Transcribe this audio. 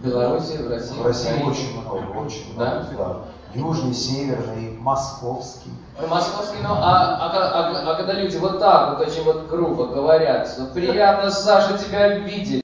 Беларуси, в России. В России Украине. очень много, очень Да? много. Да. Южный, северный, московский. Ну, московский, ну, а, а ка- а- а когда люди вот так вот очень вот грубо говорят, что приятно, «Ну, Саша, тебя видеть,